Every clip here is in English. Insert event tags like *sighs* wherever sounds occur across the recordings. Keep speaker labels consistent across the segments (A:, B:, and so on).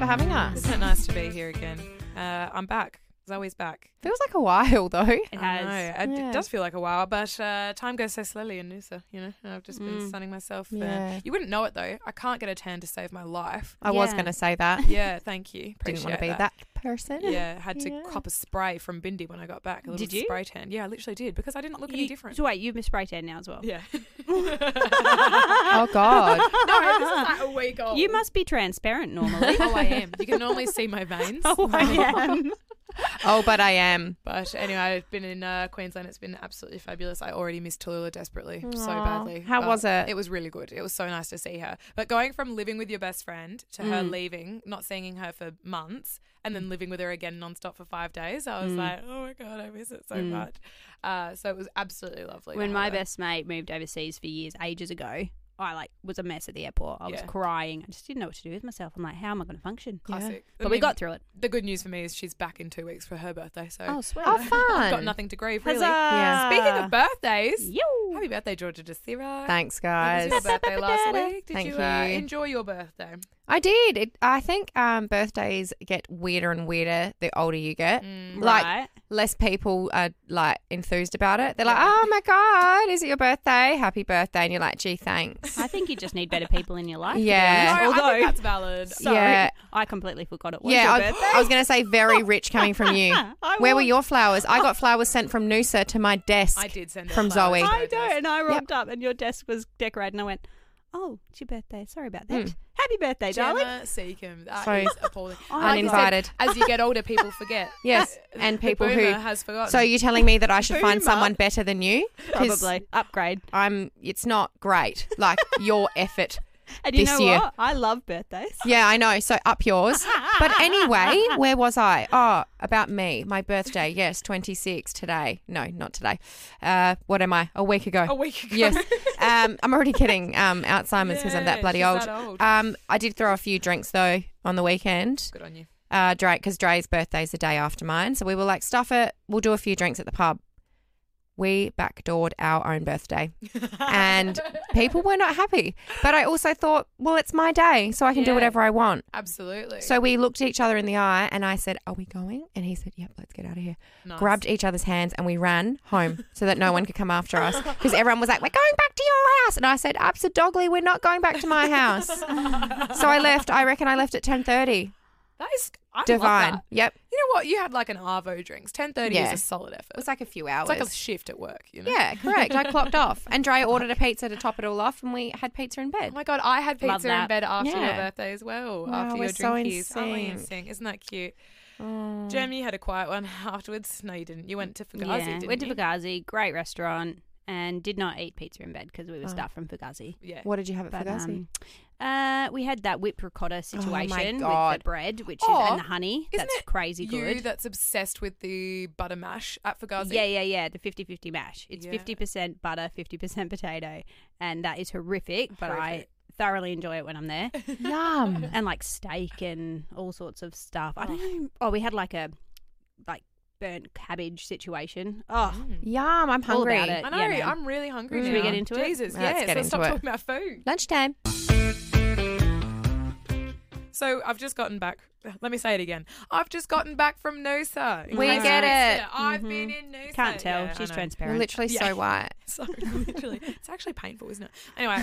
A: having us.
B: Isn't it nice to be here again? Uh, I'm back. Zoe's back.
A: Feels like a while though.
C: It
B: *laughs* I
C: has.
B: know. It,
A: Yeah.
B: it does feel like a while, but uh, time goes so slowly in Noosa, you know? And I've just been
C: Mm.
B: sunning myself.
A: Yeah.
B: And you wouldn't know it though. I can't get a tan to save my life.
A: I was
C: Yeah.
A: gonna say that.
B: Yeah, Uh, thank you.
A: *laughs* Didn't
B: Appreciate
A: want to be that, person.
B: Yeah, had to
A: Yeah.
B: cop a spray from Bindi when I got back. A little
C: Did you?
B: spray tan. Yeah, I literally did because I didn't look
C: you,
B: any different.
C: So wait, you've been spray tan now as well. *laughs*
B: Yeah.
A: Oh God.
B: *laughs* no, this is like
C: *laughs*
B: a week old.
C: You must be transparent
A: *laughs*
C: *laughs* normally.
B: oh, I am. You can normally see my
C: *laughs*
B: veins.
C: Oh,
B: *laughs*
C: am.
A: Oh, but I am.
B: But anyway, I've been in uh, Queensland. It's been absolutely fabulous. I already miss Tallulah desperately, so
A: Aw.
B: badly.
A: How
B: But
A: was it?
B: It was really good. It was so nice to see her. But going from living with your best friend to her
C: Mm.
B: leaving, not seeing her for months, and then living with her again nonstop for five days, I was
C: Mm.
B: like, oh my God, I miss it so
C: Mm.
B: much. Uh, so it was absolutely lovely. to
C: when
B: have
C: my
B: her.
C: best mate moved overseas for years, ages ago, I like was a mess at the airport. I was
B: Yeah.
C: crying. I just didn't know what to do with myself. I'm like, how am I going to function?
B: Classic. I
C: But we
B: mean,
C: got through it.
B: the good news for me is she's back in two weeks for her birthday. So
C: sweet.
A: Oh,
B: I've got
A: fun.
B: nothing to grieve, really.
C: Huzzah!
A: Yeah.
B: Speaking of birthdays,
C: Yo.
B: happy birthday, Georgia DeCira.
A: Thanks,
B: It
A: guys.
B: was your birthday last
C: Ba-ba-ba-ba-da.
B: week. Did
A: Thank
B: you, Uh,
A: you.
B: enjoy your birthday?
A: I did. It, I think um, birthdays get weirder and weirder the older you get.
B: Mm.
A: Like
C: right.
A: less people are like enthused about it. They're like,
B: Yeah.
A: "Oh my god, is it your birthday? Happy birthday!" And you're like, "Gee, thanks."
C: I think you just need better people in your life. to be
A: Yeah.
C: honest.
B: No, I think
C: Although,
A: *laughs*
B: that's valid.
C: sorry,
A: Yeah.
C: I completely forgot it was
A: yeah,
C: your
A: I,
C: birthday.
A: I was going to say
B: *laughs*
A: very rich coming from you.
C: I
A: Where were
C: was.
A: your flowers? I got flowers sent from Noosa to my desk.
B: I did send her
A: From
B: flowers.
A: Zoe.
B: so
C: I
B: it
C: don't.
B: is.
C: And I robbed up, and your desk was decorated, and I went, "Oh, it's your birthday. Sorry about
A: Hmm.
C: that. Happy birthday, darling."
B: Gemma Seacombe. That
A: Sorry.
B: is
A: *laughs*
B: appalling.
C: Oh,
B: Like you said,
A: Uninvited.
B: as you get older, people
A: *laughs*
B: forget.
A: *laughs* Yes, and
B: *laughs* The
A: people who.
B: boomer *laughs* has forgotten.
A: So you're telling me that I should find
C: Boomer.
A: someone better than you? 'Cause
C: Probably upgrade.
A: I'm. It's not great. Like
B: *laughs*
A: your effort.
C: And you
A: this
C: know
A: year.
C: what? I love birthdays.
A: Yeah, I know. So up yours. But anyway, where was I? Oh, about me. My birthday. Yes, 26 today. No, not today. Uh, what am I? A week ago.
B: a week ago.
A: Yes. Um, I'm already kidding. Um,
B: *laughs*
A: Alzheimer's because I'm
B: Yeah,
A: that bloody
B: she's
A: old.
B: that old.
A: Um, I did throw a few drinks though on the weekend.
B: Good on you.
A: Uh, Dre, because Dre's birthday's the day after mine, so we were like, stuff it. We'll do a few drinks at the pub. We backdoored our own birthday, and people were not happy. But I also thought, well, it's my day, so I can do
B: Yeah.
A: whatever I want.
B: Absolutely.
A: So we looked at each other in the eye, and I said, "Are we going?" And he said, "Yep, let's get out of here."
B: Nice.
A: Grabbed each other's hands, and we ran home so that no one could come after us because everyone was like, "We're going back to your house," and I said, "Absolutely, we're not going back to my house." so I left. I reckon I left at ten thirty.
B: That is I love
A: Divine.
B: that.
A: Yep. It
B: You know what? You had like an arvo drinks. Ten thirty
A: Yeah.
B: is a solid effort.
A: was like a few hours.
B: It's like a shift at work. You know.
A: *laughs* yeah, correct. I clocked off. And Dre ordered a pizza to top it all off, and we had pizza in
B: Oh
A: bed.
B: my god, I had
C: Love
B: pizza in
C: that.
B: bed after your
A: Yeah.
B: birthday as well.
A: Wow,
B: after
A: we're
B: your
A: so in
B: drinkies, aren't we in
A: sync.
B: sync? Isn't that cute?
A: Oh.
B: Jem, you had a quiet one *laughs* afterwards. No, you didn't. You went to Fugazi,
C: yeah,
B: didn't
C: went to
B: you?
C: Fugazi, great restaurant, and did not eat pizza in bed because we were
A: Oh.
C: stuffed from Fugazi.
B: Yeah.
A: What did you have at
C: But
A: Fugazi? Oh
C: um, uh, we had that whipped ricotta situation with
A: God.
C: the bread, which is
B: Or,
C: and the honey.
B: isn't
C: That's
B: it
C: crazy
B: You
C: good.
B: that's obsessed with the butter mash at Fugazi.
C: Yeah, yeah, yeah. The 50 50 mash. It's
B: Yeah.
C: 50% butter, 50% potato. And that is horrific, but
B: Horrific.
C: I thoroughly enjoy it when I'm there.
B: *laughs*
A: Yum.
C: and like steak and all sorts of stuff. I don't know. Oh, we had like a like burnt cabbage situation. Oh,
B: Mm.
A: Yum. I'm
C: All
A: hungry.
C: about it.
B: I know.
C: Yeah, man.
B: I'm really hungry.
A: Should
B: now.
A: we get
C: into it?
B: Jesus,
A: Let's get
B: yes. let's
A: into
B: stop
A: it.
B: talking about food.
A: Lunchtime.
B: So I've just gotten back. Let me say it again. I've just gotten back from Noosa. in
A: We
B: Queensland.
A: get it.
B: Yeah, I've been in Noosa.
C: can't tell.
B: Yeah, I
C: She's
B: know.
C: transparent.
A: Literally
B: Yeah.
A: so white.
B: *laughs* So literally, it's actually painful, isn't it? Anyway,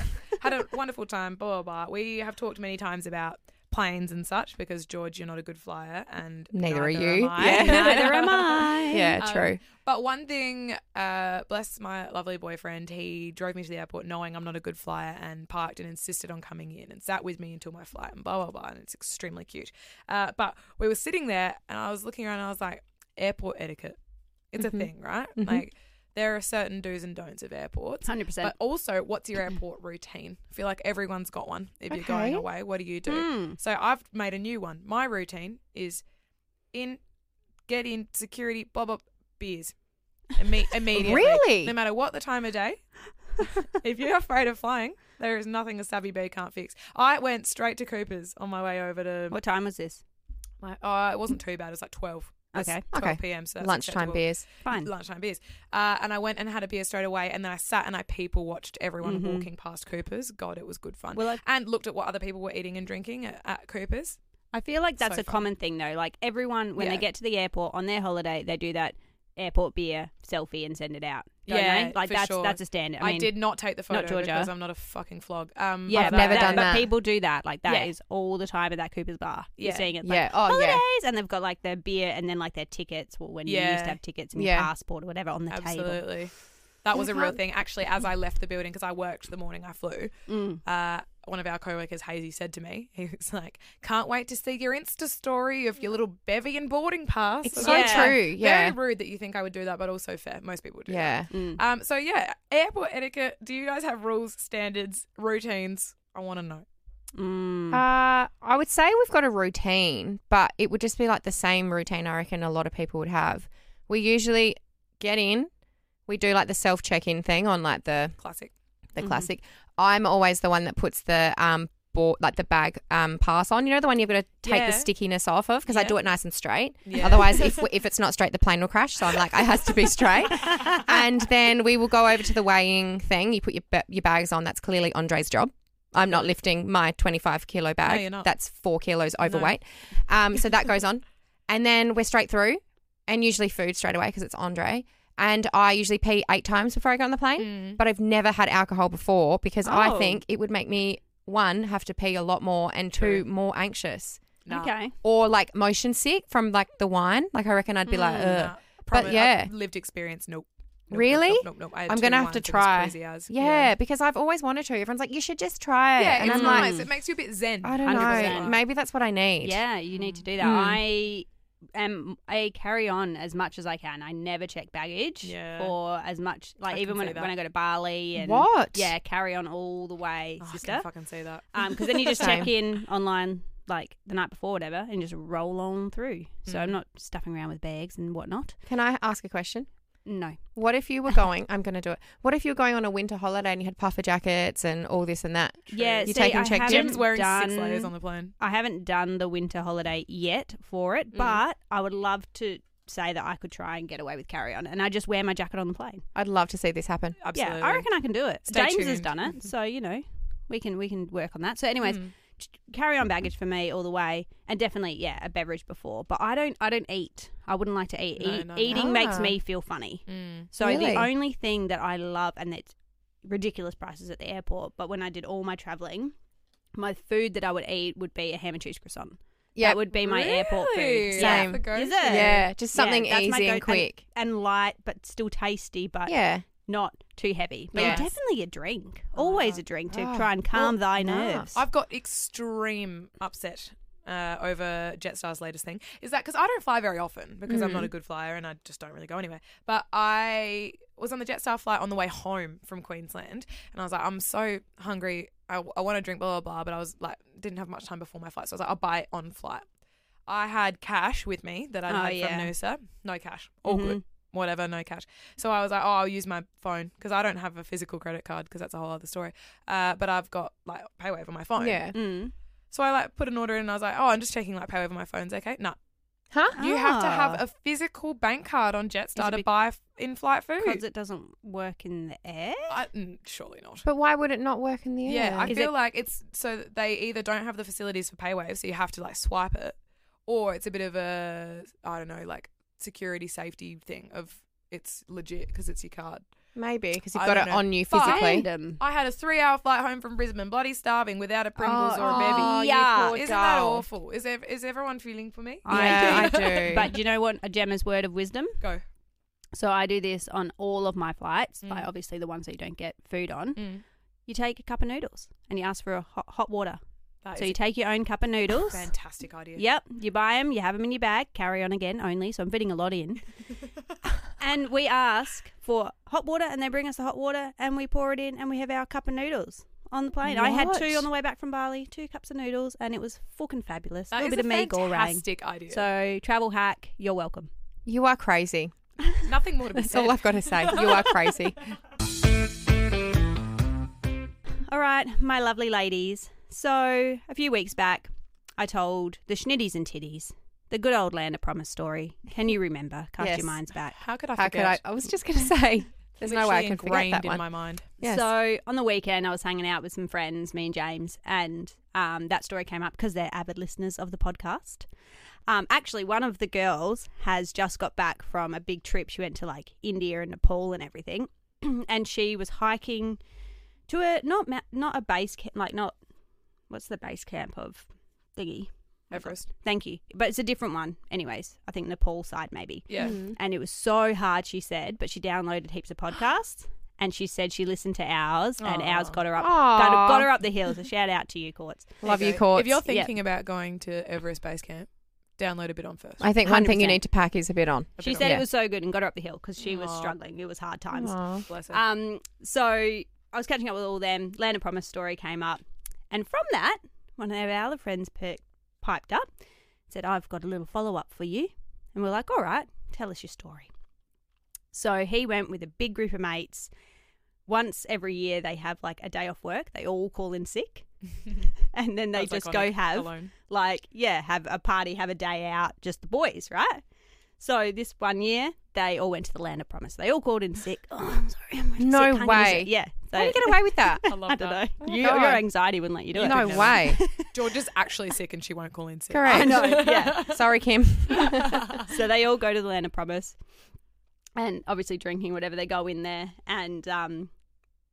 A: *laughs*
B: had a wonderful time. Blah blah blah. We have talked many times about planes and such because George, you're not a good flyer, and
A: Neither are
B: am
A: you.
B: I.
A: Yeah.
C: *laughs* Neither
A: *laughs*
C: am
B: *laughs*
C: I.
A: Yeah,
B: Um,
A: true.
B: But one thing, uh, bless my lovely boyfriend, he drove me to the airport knowing I'm not a good flyer and parked and insisted on coming in and sat with me until my flight and blah, blah, blah. And it's extremely cute. Uh, but we were sitting there and I was looking around and I was like, airport etiquette. It's
A: Mm-hmm.
B: a thing, right? Like, there are certain do's and don'ts of airports.
C: 100%.
B: But also,
C: *clears throat*
B: what's your airport routine? I feel like everyone's got one. If you're
A: Okay.
B: going away, what do you do?
C: Mm.
B: So I've made a new one. My routine is in, get in, security, blah blah, beers. Imme-
C: *laughs*
B: immediately.
A: Really?
B: No matter what the time of day. if you're afraid of flying, there is nothing a savvy bee can't fix. I went straight to Cooper's on my way over to.
C: What time was this?
B: My, oh, it wasn't too bad. It was like twelve. That's
C: Okay.
B: 12
A: Okay.
B: p.m. So that's
A: Lunchtime
B: acceptable.
A: beers.
C: Fine.
B: Lunchtime beers. Uh, and I went and had a beer straight away. And then I sat and I people watched everyone
C: Mhm.
B: walking past Cooper's. God, it was good fun.
C: Well, I,
B: and looked at what other people were eating and drinking at, at Cooper's.
C: I feel like that's
B: So
C: a
B: fun.
C: common thing though. Like everyone, when
B: Yeah.
C: they get to the airport on their holiday, they do that airport beer selfie and send it out. Don't
B: Yeah,
C: they? like
B: for
C: that's
B: sure.
C: that's a standard. I,
B: I,
C: mean,
B: did not take the photo
C: not Georgia.
B: because I'm not a fucking flog. Um,
C: Yeah,
A: I've
C: but
A: never
C: that,
A: done
C: but
A: that.
C: people do that. Like that is
B: Yeah.
C: all the time at that Cooper's Bar. You're
B: Yeah.
C: seeing it. Like,
A: yeah. Oh,
C: holidays,
A: yeah.
C: and they've got like their beer and then like their tickets. Well, when you used
B: Yeah.
C: to have tickets and your
A: Yeah.
C: passport or whatever on the table.
B: Absolutely. That was a real
A: can't-
B: thing. Actually, as I left the building, because I worked the morning I flew,
C: Mm.
B: uh, one of our coworkers, Hazy, said to me, he was like, can't wait to see your Insta story of your little bevy and boarding pass.
A: It's
B: And
A: so
B: I was
C: Yeah.
B: like,
A: true. Yeah.
B: Very rude that you think I would do that, but also fair. Most people would do
A: yeah.
C: Mm.
B: that. Um, so, yeah, airport etiquette. Do you guys have rules, standards, routines? I want to know.
C: Mm.
B: Hmm.
A: Uh, I would say we've got a routine, but it would just be like the same routine I reckon a lot of people would have. We usually get in, we do like the self check in thing on like the
B: Classic.
A: the
B: Mm-hmm.
C: Mhm.
A: classic. I'm always the one that puts the um board, like the bag um pass on. You know the one you've got to take
B: Yeah.
A: the stickiness off of because I
B: Yeah.
A: do it nice and straight.
B: Yeah.
A: Otherwise,
B: *laughs*
A: if if it's not straight, the plane will crash. So I'm like, I has to be
C: *laughs*
A: straight. and then we will go over to the weighing thing. You put your ba- your bags on. That's clearly Andre's job. I'm not lifting my 25 kilo bag.
B: you're not.
A: That's four kilos overweight. Um, so that goes on, and then we're straight through, and usually food straight away because it's Andre. And I usually pee eight times before I go on the plane
B: Mm.
A: but I've never had alcohol before because I
C: Oh.
A: think it would make me one have to pee a lot more and two
B: True.
A: more anxious
B: Nah.
C: Okay.
A: or like motion sick from like the wine. Like I reckon I'd be like,
C: Mm,
A: Ugh.
B: Nah. Promi- I've
A: Uh, yeah.
B: lived experience. Nope. Nope,
A: Really?
B: Nope. Nope. nope, nope. I had
A: I'm
B: too
A: gonna
B: many
A: have to
B: wines. It was
A: try.
B: crazy as.
A: yeah, because I've always wanted to. Everyone's like, you should just try it,
B: Yeah,
A: and
B: it's
A: I'm
B: nice.
A: like,
B: it makes you a bit zen.
A: I don't
B: 100%.
A: know. Maybe that's what I need.
C: Yeah, you need to do
B: Hmm.
C: that. I am I carry on as much as I can. I never check baggage
B: Yeah.
C: or as much like
B: I
C: even
B: can
C: when
B: see that.
C: when I go to Bali and
A: What?
C: Yeah, carry on all the way,
B: Oh, I
C: sister.
B: can fucking see that. *laughs*
C: Um, because then you just check
A: Same.
C: in online like the night before, whatever, and just roll on through. So
B: Hmm.
C: I'm not stuffing around with bags and whatnot.
A: Can I ask a question?
C: No,
A: What if you were going? I'm going to do it. What if you were going on a winter holiday and you had puffer jackets and all this and that?
C: yeah,
A: You
C: see,
A: take and
C: I
A: check.
C: haven't
B: Jim's wearing six
C: done-
B: layers on the plane.
C: I haven't done the winter holiday yet for it,
B: Mm.
C: but I would love to say that I could try and get away with carry on, and I just wear my jacket on the plane.
A: I'd love to see this happen.
B: Absolutely.
C: Yeah, I reckon I can do it.
B: Stay
C: James has
B: tuned. Mm-hmm.
C: done it, so you know, we can we can work on that. So, anyways,
B: Mm.
C: j- carry on
B: Mm-hmm.
C: baggage for me all the way, and definitely yeah, a beverage before. But I don't I don't eat. I wouldn't like to eat.
B: No,
C: Eat-
B: no, no.
C: Eating makes
A: Ah.
C: me feel funny.
B: Mm.
C: So
A: Really?
C: the only thing that I love, and it's ridiculous prices at the airport, but when I did all my traveling. My food that I would eat would be a ham and cheese croissant.
A: Yeah,
C: That would be my airport
B: Really?
C: food.
A: Same.
B: The go-to.
C: Is it?
A: yeah, just
C: Yeah,
A: something
C: that's my
A: easy
C: go-
A: and quick.
C: And light, but still tasty, but
A: yeah,
C: not too heavy. But
A: Yes.
C: definitely a drink.
B: Oh,
C: Always
B: yeah.
C: a drink to
A: Oh,
C: try and calm
A: well,
C: thy
A: nice.
C: nerves.
B: I've got extreme upset uh, over Jetstar's latest thing. Is that because I don't fly very often because I'm not
C: Mhm.
B: a good flyer and I just don't really go anywhere. But I was on the Jetstar flight on the way home from Queensland and I was like, I'm so hungry. I, I want to drink blah, blah, blah. But I was like, didn't have much time before my flight. So I was like, I'll buy it on flight. I had cash with me that I
C: Oh,
B: had
C: yeah.
B: from Noosa. No cash. All good.
C: Mhm.
B: whatever, no cash. So I was like, oh, I'll use my phone because I don't have a physical credit card because that's a whole other story. Uh, but I've got like PayWave on my phone.
A: yeah.
C: Mm.
B: So I like put an order in and I was like, oh, I'm just checking like PayWave on my phone's okay. Nah.
A: Huh?
B: You have to have
C: Ah.
B: a physical bank card on Jetstar to
C: be-
B: buy f- in-flight
C: Because
B: food.
C: it doesn't work in the air.
B: I, mm, surely not.
A: But why would it not work in the air?
B: Yeah, I
C: Is
B: feel
C: it-
B: like it's so that they either don't have the facilities for PayWave, so you have to like swipe it, or it's a bit of a I don't know like security safety thing of it's legit because it's your card.
A: Maybe because you've
B: I
A: got it
B: don't know.
A: on you
B: But-
A: physically.
C: Random.
B: I had a three-hour flight home from Brisbane, bloody starving, without a Pringles
A: Oh,
B: or a bevy.
A: oh, you
C: yuck.
A: poor
B: Isn't that
A: doll.
B: awful? Is ev- is everyone feeling for me?
C: I *laughs*
A: yeah,
C: do.
A: I do.
C: But you know what? A Gemma's word of wisdom.
B: Go.
C: So I do this on all of my flights, like
B: Mm.
C: obviously the ones that you don't get food on.
B: Mm.
C: You take a cup of noodles and you ask for a hot, hot water.
B: That
C: So
B: Oh, is
C: you take your own cup of
B: a
C: noodles.
B: fantastic idea.
C: Yep, you buy them, you have them in your bag, carry on again only. So I'm fitting a lot in. and we ask for hot water, and they bring us the hot water, and we pour it in, and we have our cup of noodles on the plane. I had two
A: What?
C: on the way back from Bali, two cups of noodles, and it was fucking fabulous.
B: That
C: a
B: is
C: little bit of me goreng.
B: fantastic idea.
C: So travel hack, you're welcome.
A: you are crazy.
B: *laughs* Nothing more to be
A: That's
B: said.
A: all I've got to say. You are
B: *laughs*
A: crazy.
C: All right, my lovely ladies. So a few weeks back, I told the schnitties and titties the good old land of promise story. Can you remember? Cast
A: Yes.
C: your minds back.
B: How could I
A: How could I?
B: forget?
A: I was just going to *laughs* say There's no way I
B: Literally
A: can forget
B: ingrained
A: that
B: in
A: one.
B: my mind.
A: Yes.
C: So on the weekend, I was hanging out with some friends, me and James, and um, that story came up because they're avid listeners of the podcast. Um, actually, one of the girls has just got back from a big trip. She went to like India and Nepal and everything, *clears throat* and she was hiking to a not ma- not a base camp, like not what's the base camp of thingy.
B: Everest.
C: Thank you, but it's a different one. Anyways, I think Nepal side maybe
B: Yeah.
A: Mm. Mm-hmm.
C: and it was so hard she said but she downloaded heaps of podcasts and she said she listened to ours and
B: Aw.
C: ours got her up
A: Aw.
C: got, got her up the hill so shout out to you courts
A: Love you,
B: Court.
A: Courts.
B: If you're
C: Yeah.
B: thinking about going to Everest Base Camp, download a bit on first.
A: I think one thing you
C: 100%.
A: need to pack is a bit on.
B: A
C: she
B: bit
C: said
B: on.
A: Yeah.
C: it was so good and got her up the hill because she was
B: Aw.
C: struggling it was hard times
A: Aw.
B: *laughs* Bless *laughs* her.
C: um so i was catching up with all them land of promise story came up and from that one of our other friends per- piped up said i've got a little follow-up for you and we're like all right tell us your story so he went with a big group of mates once every year they have like a day off work they all call in sick *laughs* and then they
B: That was
C: just go
B: iconic.
C: have
B: Alone.
C: like yeah have a party have a day out just the boys right so this one year they all went to the land of promise they all called in sick oh i'm sorry i'm really
A: No
C: sick, can't use
A: way.
C: it." yeah
A: How do you
C: they-
A: get away with that?
B: I
C: *laughs*
B: love
C: I don't
B: that.
C: know.
A: Oh my
C: You- your
A: God.
C: anxiety wouldn't let you do it.
A: No
B: No.
A: way.
B: George is actually sick and she won't call in sick.
A: Correct.
C: *laughs*
B: *laughs*
C: I know. Yeah.
A: Sorry, Kim.
C: *laughs* so they all go to the land of promise, and obviously drinking whatever they go in there. And um,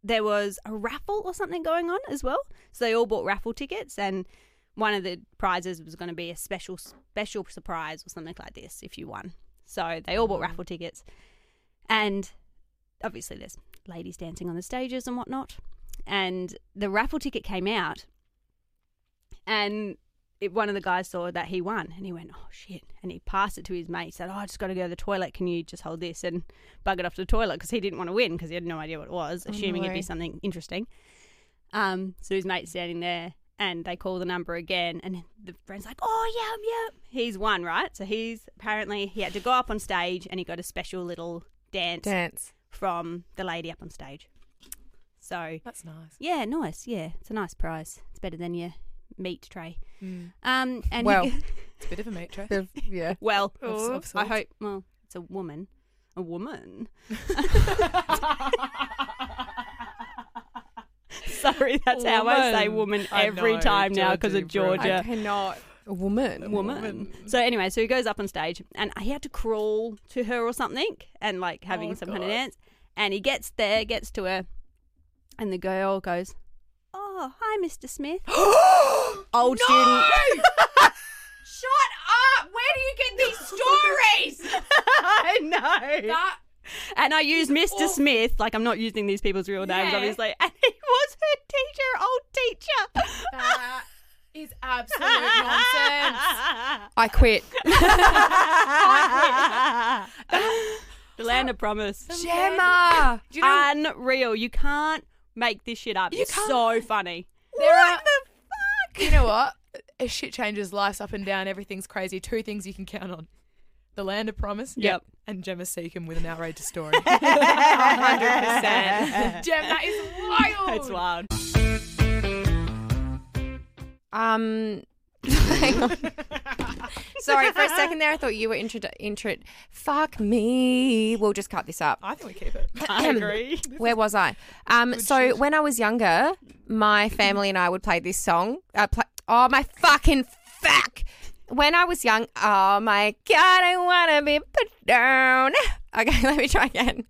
C: there was a raffle or something going on as well. So they all bought raffle tickets, and one of the prizes was going to be a special special surprise or something like this if you won. So they all bought raffle tickets, and obviously there's ladies dancing on the stages and whatnot. And the raffle ticket came out, and it, one of the guys saw that he won and he went, oh shit. And he passed it to his mate, said, oh, I just got to go to the toilet. Can you just hold this and bug it off to the toilet? Because he didn't want to win because he had no idea what it was,
A: Oh, no
C: assuming it'd
A: way.
C: be something interesting. Um, so his mate's standing there and they call the number again. And the friend's like, oh, yeah, yeah. He's won, right? So he's apparently, he had to go up on stage and he got a special little dance
A: Dance.
C: from the lady up on stage. So,
B: That's nice.
C: yeah, nice. Yeah, it's a nice prize. It's better than your meat tray.
B: Mm.
C: Um, and
A: Well.
C: *laughs*
B: It's a bit of a matrix.
A: Yeah.
C: well,
B: Of- of
C: I
B: sorts.
C: hope. Well, it's a woman. A woman. *laughs*
B: *laughs*
C: Sorry, that's how I say
B: Woman.
C: woman
B: I
C: every
B: know,
C: time now 'cause now because of
B: Georgie, bro.
C: Georgia.
A: *laughs*
B: Yeah.
A: cannot. A woman.
C: Woman.
B: Woman.
C: So anyway, so he goes up on stage and he had to crawl to her or something and like having
B: Oh,
C: some kind of
B: God.
C: dance. And he gets there, gets to her, and the girl goes, "Oh, hi, Mr. Smith." Old student.
A: *laughs* Shut up! Where do you get these
C: *laughs*
A: stories?
C: I know.
A: that
C: And I used Mr.
A: awful.
C: Smith, like I'm not using these people's real names,
A: Yeah.
C: obviously. *laughs* And he was her teacher, old
A: *laughs*
C: teacher.
A: That is *laughs* absolute nonsense. I quit.
C: *laughs* the land of promise.
A: Gemma! Do you know
C: Unreal. You can't make this shit up. it's
B: can't.
C: so
A: *laughs*
C: funny.
B: There are, You know what? Uh, Shit changes life's up and down. Everything's crazy. Two things you can count on. The land of promise.
C: Yep.
B: And Gemma Seacom with an outrageous story.
C: 100%.
B: Gem, that is wild.
C: *laughs* it's wild.
A: *laughs* Um, hang on. Sorry, for a second there, I thought you were intro. intro- fuck me. We'll just cut this up.
B: I think we keep it.
C: I agree.
A: Where was I? Um, so when I was younger, my family and I would play this song. Uh, play- oh my fucking fuck! When I was young, oh my god, I want to be put down. *laughs* Okay, let me try again.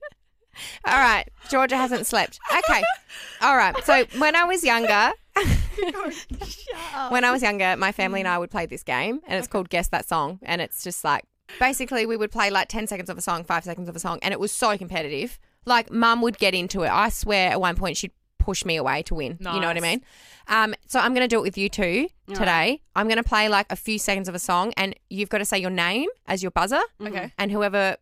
A: *laughs* All right, Georgia hasn't slept. Okay, all right. So when I was younger, when I
B: *laughs* Oh.
A: was younger, my family and
B: Mm.
A: I would play this game, and it's called Guess That Song. And it's just like basically, we would play like 10 seconds of a song, five seconds of a song, and it was so competitive. Like, mum would get into it. I swear at one point she'd push me away to win. You know what I
B: Nice.
A: mean? Um, so I'm going to do it with you two
C: All
A: today. I'm going to play like a few seconds of a song, and you've got to say your name as your buzzer,
B: Okay.
A: and whoever,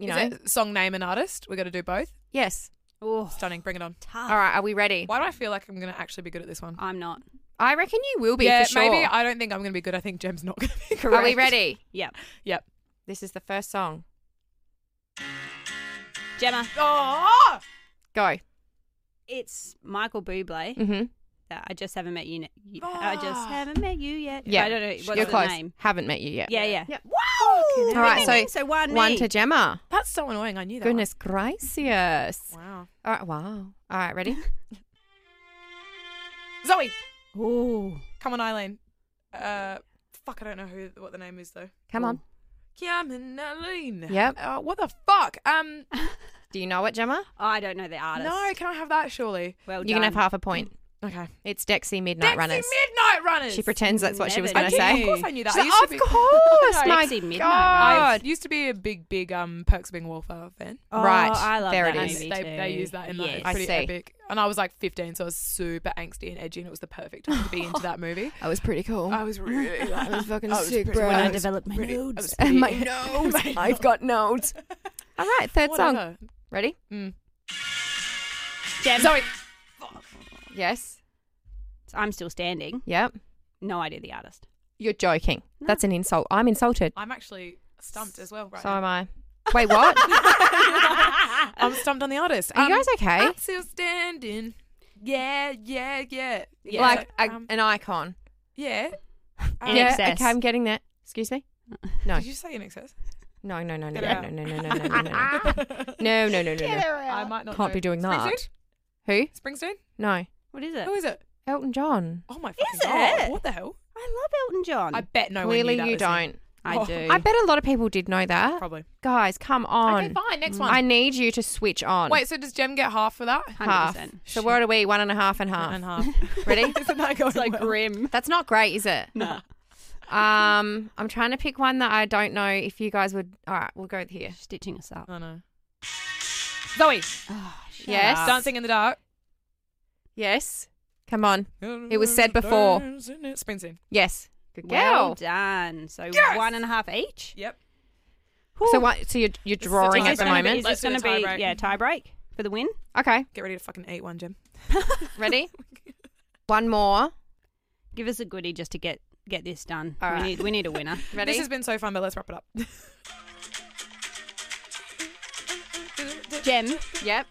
A: you know.
B: Is it song name and artist? We're going to do both.
A: yes.
C: Oh,
B: Stunning. Bring it on.
C: tough.
A: All right, are we ready?
B: Why do I feel like I'm going to actually be good at this one?
C: I'm not.
A: I reckon you will be
B: yeah,
A: for sure.
B: maybe I don't think I'm going to be good. I think Gem's not going to be correct.
A: Are we ready?
C: Yep.
B: Yep.
A: This is the first song.
C: Gemma,
B: Oh!
A: Go.
C: it's Michael Bublé.
A: hmm
C: that I just haven't met you. Ne- you- I just
B: Ah.
C: haven't met you yet.
A: Yeah.
C: I don't know. What's
A: You're
C: the
A: close.
C: name?
A: Haven't met you yet.
C: Yeah, yeah.
A: Yeah.
B: Fucking
A: All right, so
B: hell.
C: so one,
A: One
C: me.
A: to Gemma.
B: That's so annoying. I knew that.
A: Goodness gracious.
B: one. Wow.
A: All right, wow. All right, ready?
B: Zoe,
C: Ooh.
B: come on, Eileen. Uh, fuck, I don't know who what the name is though.
A: Come on.
B: Come on, Eileen.
A: Yep.
B: Uh, what the fuck? Um,
A: Do you know it, Gemma?
C: I don't know the artist.
B: no. Can I have that? Surely.
C: Well
A: You can have
C: done.
A: half a point.
B: Okay.
A: It's Dexy Midnight
B: Dexy
A: Runners.
B: Midnight Runners.
A: she pretends that's what she was
C: Never
A: going to
C: did.
B: I
A: say.
B: knew- Of course, I knew that.
A: She's
B: I
A: like, "Oh,
B: used
A: of
B: to be-
A: course,
B: *laughs* No,
A: my
C: Dexy Midnight
B: I
A: God.
B: used to be a big, big um Perks of Being a Wallflower fan.
C: Oh,
A: Right,
C: I love
A: there
C: that
A: it
B: And
A: is.
C: movie
B: They,
C: too.
B: they use that in that.
C: Yes.
B: It's
A: I
B: pretty
A: see.
B: epic. And I was like 15, so I was super angsty and edgy, and it was the perfect time to be
A: *laughs*
B: into that movie.
A: I was pretty cool.
B: I was really, like,
A: Oh. *laughs* I was fucking
B: I was
A: sick,
B: pretty-
A: bro.
C: when I
B: was
C: developed my
B: pretty- I
C: nudes.
B: was
A: *laughs*
B: pretty-
A: my nodes.
B: My
A: I've got nodes. All right, third song.
B: Whatever.
A: Ready?
B: Mm.
C: Gem-
B: Zoe,
A: Yes.
C: I'm still standing.
A: Yep.
C: No idea the
A: *laughs*
C: artist.
A: You're joking.
C: No.
A: That's an insult. I'm insulted.
B: I'm actually stumped as well right
A: so
B: now.
A: am I. Wait, what?
B: I'm stumped on the artist.
A: Are
B: Um,
A: you guys okay?
B: I'm still standing. Yeah, yeah, yeah. yeah.
A: Like a,
B: um,
A: an icon.
B: yeah. Uh,
C: In
A: yeah.
C: excess.
A: Okay, I'm getting that. Excuse me. No.
B: Did you say in excess?
A: No, no, no, no,
B: Get
A: no,
B: her
A: no,
B: out.
A: no, no, no, no, no, no, no.
B: *laughs*
A: No, no, no, no, no.
B: I might not
A: Can't be doing that.
B: Springsteen?
A: Who?
B: Springsteen?
A: No.
C: What is it?
B: Who is it?
A: Elton John.
B: Oh my fucking
C: Is
B: god!
C: it?
B: What the hell?
C: I love Elton John.
B: I bet no
A: Clearly,
B: one
A: you
B: knew that was him.
A: don't.
C: I
B: Oh.
C: do.
A: I bet a lot of people did know that.
B: Probably.
A: Guys, come on. Mm.
B: Okay, fine. Next one.
A: I need you to switch on.
B: Wait, so does Jem get half for that?
A: half.
C: 100%.
A: So what are we? One and a half and half.
B: And half.
C: *laughs*
A: Ready?
B: Isn't
A: *laughs*
B: that going well?
C: grim.
A: That's not great, is it? *laughs*
C: Nah.
A: Um, I'm trying to pick one that I don't know. If you guys would, all right, we'll go with here.
C: Stitching us up.
B: I know. Zoe,
C: *sighs* Oh, shut
A: Yes.
C: up.
B: dancing in the dark.
A: Yes. Come on. It was said before.
B: Springsteen.
A: Yes. Good
C: Well
A: girl.
C: done. So
B: Yes!
C: one and a half each.
B: Yep.
A: so
C: Whew.
A: what? So you're you're
B: This is a
A: drawing
B: tie
A: at the
B: break.
A: moment.
C: Is this
B: Let's do
C: going
B: a
C: to
B: tie
C: be
B: break.
C: yeah tie break for the win?
B: *laughs*
A: Okay.
B: Get ready to fucking eat one, Jem.
A: Ready? one more.
C: Give us a goodie just to get get this done.
A: All right.
C: We need we need a winner.
A: Ready?
B: This has been so fun, but let's wrap it up.
C: *laughs* Gem,
A: yep.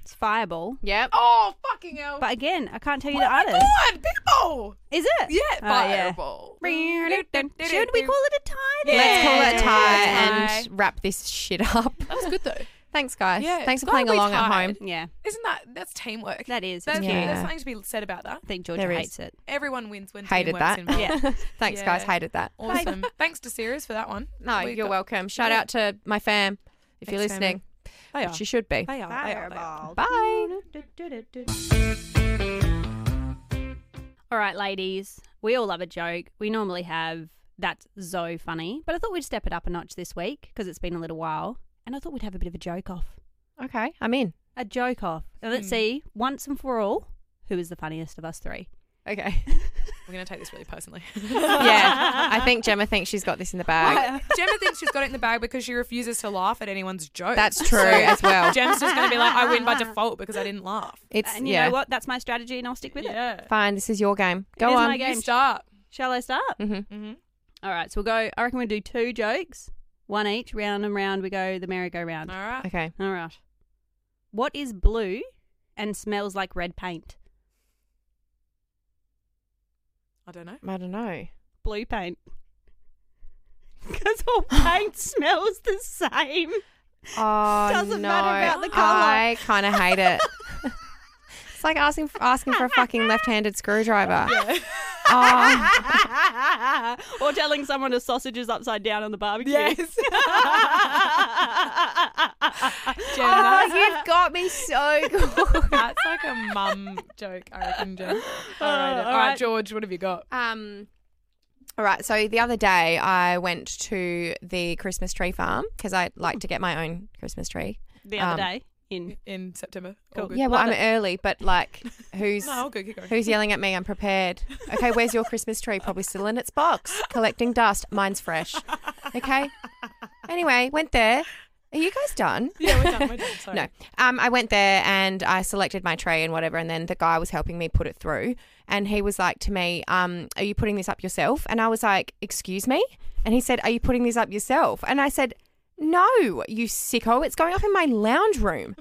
C: it's Fireball.
A: Yep.
B: Oh, fucking hell.
C: But again, I can't tell you
B: Oh
C: the
B: my
C: artist.
B: God, people.
C: Is it?
B: Yeah,
C: Oh, yeah.
B: fireball.
C: Should we call it a tie? Then?
A: Let's call it a tie
B: Yeah.
A: and wrap this shit up.
B: That was good though.
A: *laughs* Thanks, guys.
B: Yeah,
A: Thanks for playing
B: glad we
A: along at home.
B: tied.
C: Yeah,
B: Isn't that that's teamwork?
C: that is.
B: That's,
C: It's cute.
A: Yeah.
B: There's something to be said about that.
C: I think Georgia
A: There is.
C: hates it.
B: Everyone wins when
A: Hated
B: teamwork's
A: that.
C: *laughs*
B: involved.
C: Yeah.
A: Thanks,
B: Yeah.
A: guys. Hated that.
B: Awesome. Thanks to Sirius for that one.
A: No,
B: We
A: you're
B: got-
A: welcome. Shout
B: Yeah.
A: out to my fam if you're
B: Thanks,
A: listening,
B: They are.
A: which you should be.
B: They are. They are. They are.
A: Bye.
C: All right, ladies. We all love a joke. We normally have that's so funny, but I thought we'd step it up a notch this week because it's been a little while, and I thought we'd have a bit of a joke off.
A: Okay, I'm in.
C: A joke off. Now let's
B: Hmm.
C: see once and for all who is the funniest of us three.
A: Okay.
B: We're gonna take this
C: *laughs*
B: really personally. *laughs*
A: yeah, I think Gemma thinks she's got this in the bag.
B: Gemma thinks she's got it in the bag because she refuses to laugh at anyone's jokes.
A: That's true as well.
B: Gem's just gonna be like, I *laughs* win by default because I didn't laugh.
A: It's
C: and you
A: yeah.
C: know what? That's my strategy, and I'll stick with it.
B: yeah.
A: Fine, this is your game.
C: It
A: Go
C: is
A: on.
C: my game.
B: You start.
C: Shall I start?
A: hmm
B: Mm-hmm.
C: All right, so we'll go. I reckon we'll do two jokes, one each, round and round. We go the merry-go-round.
B: All right.
A: Okay.
C: All right. What is blue and smells like red paint?
B: I don't know.
A: I don't know.
C: Blue paint. *laughs* Because
A: *laughs*
C: all paint smells the same.
A: Oh
C: Doesn't
A: no!
C: matter about the colour.
A: I kind of hate
C: *laughs*
B: *laughs*
A: it. it's like asking for, asking for a fucking left-handed
C: *laughs*
A: screwdriver. Oh,
C: or telling someone a sausage is upside down on the barbecue. *laughs*
B: Gem,
A: *laughs* oh,
B: that's,
A: you've got me so good.
B: *laughs* that's like a mum joke, I reckon, *laughs* Gem. All right. All right,
C: all right.
B: George, what have you got?
A: *laughs* Um, all right. So the other day, I went to the Christmas tree farm because I like to get my own Christmas tree.
C: the other
A: Um,
C: day in
B: In September.
C: Cool.
B: All good.
A: Yeah, well,
C: Love
A: I'm early, but
B: *laughs*
A: like, who's
B: No, all good. Keep going.
A: who's yelling at me? I'm prepared. Okay, where's your Christmas tree? Probably still in its box, collecting dust. Mine's
B: *laughs*
A: fresh. *laughs* Okay. Anyway, went there. Are you guys done?
B: Yeah, we're done. We're done. Sorry.
A: No. Um, I went there and I selected my tray and whatever, and then the guy was helping me put it through, and he was like to me, um, "Are you putting this up yourself?" And I was like, "Excuse me," and he said, "Are you putting this up yourself?" And I said, "No, you sicko! It's going up in my lounge
C: *laughs*
A: room."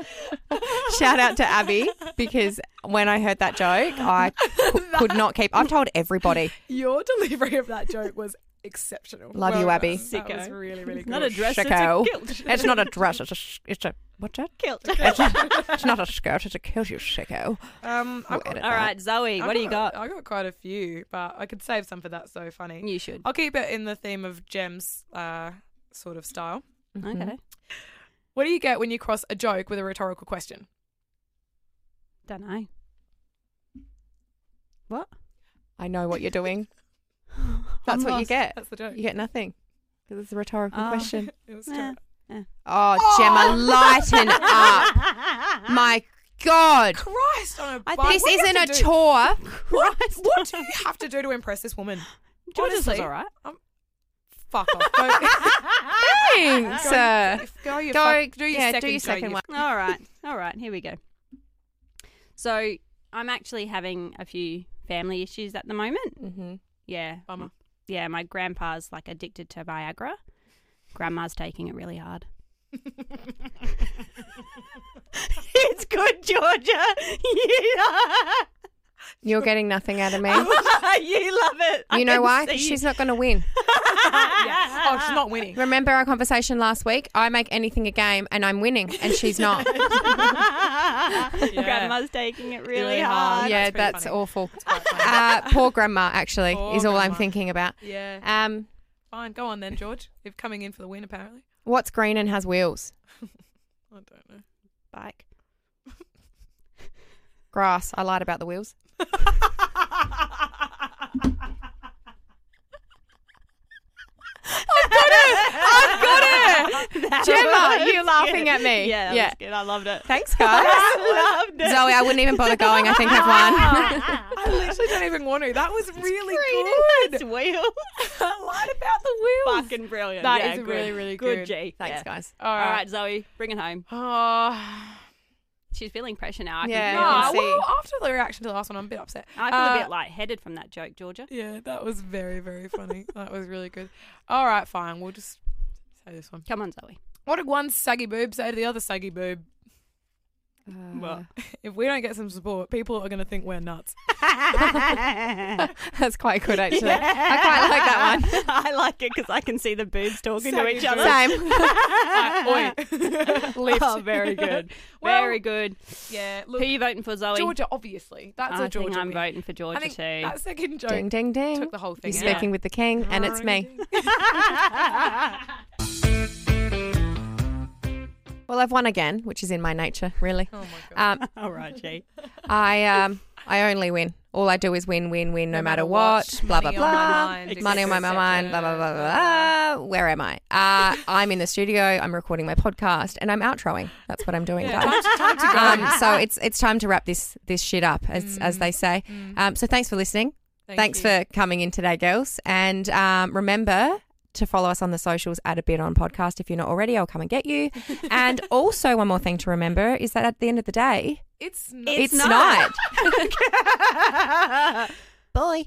B: *laughs*
A: Shout out to Abby because when I heard that joke,
C: *laughs*
A: I cou- could not keep. I've told everybody.
B: Your *laughs* delivery of that joke was exceptional.
A: Love you, Abby.
B: done. That was
C: Sicko.
B: really, really
C: *laughs* Not a
B: *laughs* good.
C: dress,
A: Chico.
C: it's a kilt.
A: It's not a dress. It's a. sh- It's a. What's that?
C: kilt. *laughs*
A: It's, a, it's not a skirt. It's a kilt, you sicko.
B: um, I've
A: We'll
B: got-
A: edit
C: All
A: that.
C: right, Zoe,
B: I've
C: what do you got?
B: I got quite a few, but I could save some for that. So funny.
C: You should.
B: I'll keep it in the theme of gems, uh, sort of style.
A: Mhm.
C: Okay.
B: What do you get when you cross a joke with a rhetorical question?
C: Don't know.
A: I know what you're doing. That's what you get.
B: That's the joke.
A: You get nothing. 'Cause It's a rhetorical
C: Oh.
B: *laughs*
A: question.
B: It was
C: Yeah.
B: terrible.
A: Oh, Gemma, lighten
C: *laughs*
A: up.
B: *laughs*
A: My God.
B: Christ on a
C: I
B: bun.
A: This
C: think-
B: What do you
A: isn't a
B: have to do- *laughs*
A: chore.
B: What, what do you have to do to impress this woman?
C: George's was
B: Honestly.
C: all right.
B: Fuck off.
A: *laughs*
B: Go,
A: Thanks.
B: go,
A: uh,
B: go, your
A: go-
B: fuck- do your
A: yeah, do your second
B: second, go, you *laughs*
A: one.
C: All right. All right. Here we go. So I'm actually having a few family issues at the moment.
A: mm-hmm.
C: Yeah.
B: Bummer.
C: Yeah. My grandpa's like addicted to Viagra. Grandma's taking it
A: *laughs*
C: really hard. *laughs*
B: *laughs*
C: it's good, Georgia. *laughs* you
A: You're getting nothing out of
B: *laughs*
C: *laughs*
A: me.
C: love it. I
A: You know
C: can
A: why?
C: see
A: 'Cause
C: *laughs*
A: she's *laughs* not going to win.
B: Yeah. *laughs* Oh, she's not winning.
A: Remember our conversation last week? I make anything a game and I'm winning, and she's
B: *laughs*
A: not.
C: Grandma's taking it really,
B: Really hard.
C: hard.
A: yeah,
B: That's pretty
A: that's
B: funny.
A: awful.
B: Quite funny.
A: Uh, poor grandma, actually,
B: Poor
A: is all I'm
B: grandma.
A: thinking about.
B: yeah.
A: Um,
B: Fine. Go on then, George. You're coming in for the win, apparently.
A: what's green and has wheels?
B: I don't know.
C: Bike.
A: Grass. I lied about the
B: *laughs*
A: wheels.
C: I've got *laughs* it. I've
A: got
C: *laughs* it.
A: Gemma, you laughing at me.
C: Yeah, that
A: Yeah.
C: was good. I loved it.
A: *laughs* Thanks, guys.
C: I loved it.
A: Zoe, I wouldn't even bother going. I think
B: *laughs*
A: I've won. *laughs*
B: *laughs*
C: *laughs*
B: I literally don't even want to. That was really
C: It's *laughs*
B: good.
C: wheels.
B: I lied about the wheels.
C: Fucking brilliant.
B: That
C: yeah,
B: is
C: good.
B: really, really good.
C: Good, G.
A: Thanks,
C: Yeah.
A: guys.
B: All
C: All
B: right.
C: right, Zoe, bring it home.
B: Oh,
C: She's feeling pressure now. I can
A: Yeah,
C: yeah,
A: you
C: feel
B: no,
A: can see.
C: it.
B: well, after the reaction to the last one, I'm a bit upset.
C: I feel a
B: Oh, Uh,
C: bit lightheaded from that joke, Georgia.
B: Yeah, that was very, very funny. *laughs* that was really good. All right, fine. We'll just say this one.
C: Come on, Zoe.
B: What did one saggy boob say to the other saggy boob?
A: Uh,
B: If we don't get some support, people are going to think we're
C: *laughs*
B: nuts.
A: Uh, *laughs* that's quite good, actually. I quite like that one.
C: *laughs* I like it because I can see the boobs talking to
B: Saggy
C: each
A: *laughs*
C: other. *laughs*
A: Same.
B: Uh, oi. *laughs* Lift.
C: Oh, very good.
B: Well,
C: very good.
B: Yeah,
C: Who
B: look,
C: you voting for, Zoe?
B: Georgia, obviously. That's
C: I
B: a Georgia
C: think I'm
B: win.
C: voting for Georgia
B: I think
C: too.
B: that second joke
A: Ding, ding, ding.
B: took the whole
A: You're
B: thing out.
A: speaking with the king, and it's me. *laughs*
C: *laughs*
A: Well, I've won again, which is in my nature, really.
B: Oh my god.
A: Um,
C: All right, G.
A: I um, I only win. All I do is win, win, win, no, matter, what. Blah blah
B: Money on my
A: blah.
B: mind,
A: Money on my
B: etc.,
A: mind. Blah blah blah blah. blah. Where am I? Uh, I'm in the studio. I'm recording my podcast, and I'm outroing. That's what I'm doing,
B: Yeah,
A: guys.
B: time to- time to go. *laughs*
A: Um, so it's it's time to wrap this this shit up, as as they say.
B: Mm,
A: Um, so thanks for listening.
B: thank
A: Thanks
B: you.
A: for coming in today, girls. And um, remember to follow us on the socials at a bit on podcast. If you're not already, I'll come and get
B: *laughs*
A: you. and also, one more thing to remember is that at the end of the day,
B: It's not.
A: it's,
C: It's
B: *laughs*
A: night. *laughs*
C: not.
A: Bye.